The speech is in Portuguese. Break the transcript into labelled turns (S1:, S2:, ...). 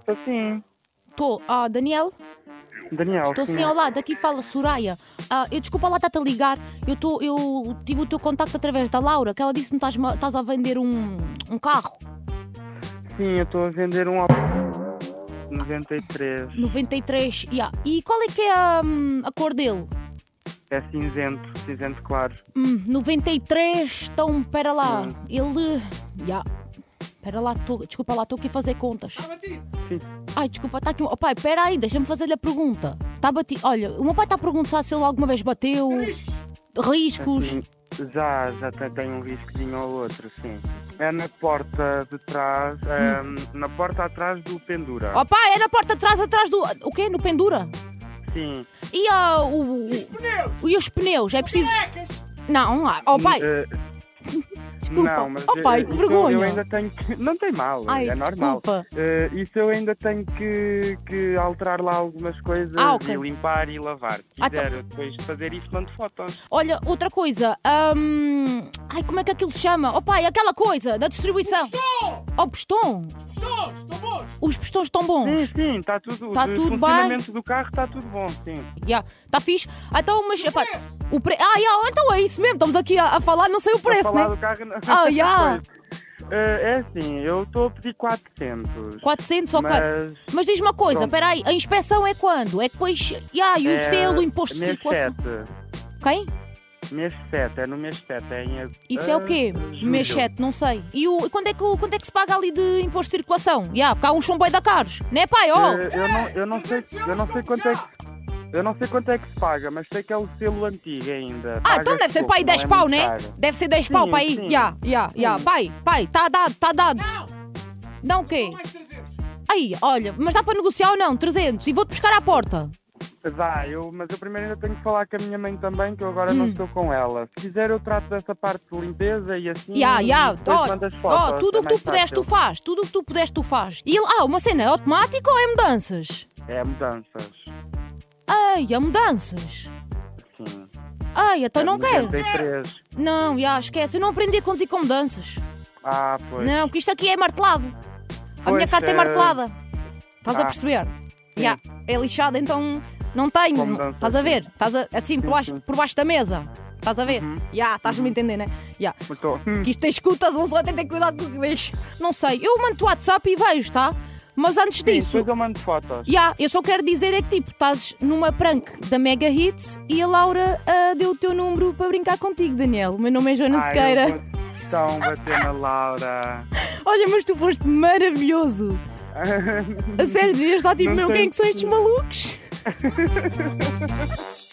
S1: Estou sim.
S2: Tô, ah, Daniel?
S1: Daniel.
S2: Estou sim, né? olá, daqui fala Soraya. Ah, eu desculpa lá estar-te a ligar. Eu, tô, eu tive o teu contacto através da Laura, que ela disse-me que estás-me a- estás a vender um, um carro.
S1: Sim, eu estou a vender um 93.
S2: 93, yeah. E qual é que é a, hum, a cor dele?
S1: É cinzento, cinzento claro.
S2: Hum, 93, então, pera lá. Ele. Yeah. Pera lá, tô, desculpa lá, estou aqui a fazer contas.
S1: Sim.
S2: Ai, desculpa, está aqui. um- Oh, pai, pera aí, deixa-me fazer-lhe a pergunta. Tá bati... Olha, o meu pai está a perguntar se ele alguma vez bateu. Riscos.
S1: Sim, Assim, Já, já te- tem um risquinho ou outro, sim. É na porta de trás, é,
S2: Hum.
S1: na porta atrás do pendura.
S2: Oh, pai, é na porta de trás, atrás do. O quê? No pendura?
S1: Sim.
S2: E ah, o. os pneus? E os pneus? É preciso. Não, ah, oh, pai.
S1: Eh,
S2: Desculpa.
S1: Não, mas
S2: Oh, pai,
S1: eh,
S2: que
S1: isso
S2: vergonha.
S1: Eu ainda tenho que... Não tem mal,
S2: Ai,
S1: é normal.
S2: desculpa.
S1: Eh, isso eu ainda tenho que, que alterar lá algumas coisas
S2: Ah, ok.
S1: e limpar e lavar. Se
S2: Ah, tá.
S1: quiser, eu depois de fazer isso, mando fotos.
S2: Olha, outra coisa. hum, Ai, como é que aquilo se chama? Oh, pai, aquela coisa da distribuição. Oh, pistão. Os pistões estão
S1: Sim,
S2: bons.
S1: sim, está tudo.
S2: Tá
S1: o
S2: tudo bem?
S1: funcionamento do carro está tudo bom, sim.
S2: Yeah, tá fixe. Então, mas. epá, o pre... Ah, yeah, então é isso mesmo. Estamos aqui a, a falar, não sei o
S1: Para
S2: preço,
S1: falar
S2: né?
S1: do carro. não-
S2: Ah, já.
S1: Pois. Eh, é assim, eu estou a pedir 400.
S2: 400, ok.
S1: Mas
S2: Mas diz uma coisa,
S1: Pronto.
S2: espera aí, a inspeção é quando? É depois. Yeah, e o
S1: é
S2: selo, o imposto de
S1: mês
S2: circulação.
S1: 7.
S2: Quem?
S1: Mês 7, é no mês 7. É em,
S2: Isso é o quê?
S1: julho.
S2: Mexete, não sei. E o, e quando, é que, o- quando é que se paga ali de imposto de circulação? Ya, porque há uns são bem da caros, né, pai? Oh,
S1: Eh, eu, não, eu, não sei, eu não sei quanto é que. Eu não sei quanto é que se paga, mas sei que é o selo antigo ainda.
S2: ah, então
S1: Paga-se
S2: deve ser pai
S1: pouco,
S2: 10
S1: não é
S2: pau,
S1: muito
S2: né?
S1: caro.
S2: Deve ser 10 pau,
S1: Sim,
S2: pai.
S1: sim.
S2: Ya, ya, ya.
S1: Sim.
S2: Pai, pai, tá dado, tá dado. Não! Não o quê? Aí, olha, mas dá para negociar ou não? 300 e vou-te buscar à porta.
S1: Dá, eu, mas eu primeiro ainda tenho que falar com a minha mãe também, que eu agora
S2: Hum.
S1: não estou com ela. Se quiser, eu trato dessa parte de limpeza e assim.
S2: Ya, ya.
S1: e depois mando as
S2: Oh,
S1: fotos,
S2: oh, tudo
S1: é
S2: o que tu
S1: mais
S2: puderes, tu
S1: fácil.
S2: faz. Tudo o que tu puderes, tu faz. E ele- ah, uma cena, é automático ou é mudanças?
S1: É mudanças.
S2: Ai, é mudanças.
S1: Sim.
S2: Ai,
S1: É
S2: então não quero.
S1: 93.
S2: Não, já esquece. Eu não aprendi a conduzir com mudanças.
S1: Ah, pois.
S2: Não, que isto aqui é martelado. A
S1: Pois,
S2: minha carta é
S1: eh,
S2: martelada. Estás a
S1: ah,
S2: perceber? Já, é lixada, então não tenho.
S1: Com
S2: não-
S1: mudança,
S2: Estás a ver? Estás a- assim por baixo,
S1: sim. Uhum.
S2: por baixo da mesa. Estás a ver? Já, estás-me a entender, né? Já.
S1: Muito-
S2: Que isto tem escutas, um só tem que ter cuidado com o que deixa. Não sei. Eu mando o WhatsApp e vejo, tá? Mas antes disso.
S1: Depois eu mando fotos.
S2: Ya, eu só quero dizer é que tipo, estás numa prank da Mega Hits e a Laura ah, deu o teu número para brincar contigo, Daniel. O meu nome é Joana
S1: Ai, Ah, eu
S2: Sequeira.
S1: vou- Então, bater na Laura.
S2: Olha, mas tu foste maravilhoso. A sério, devias estar tipo,
S1: Não
S2: meu,
S1: sei
S2: quem é que são estes malucos?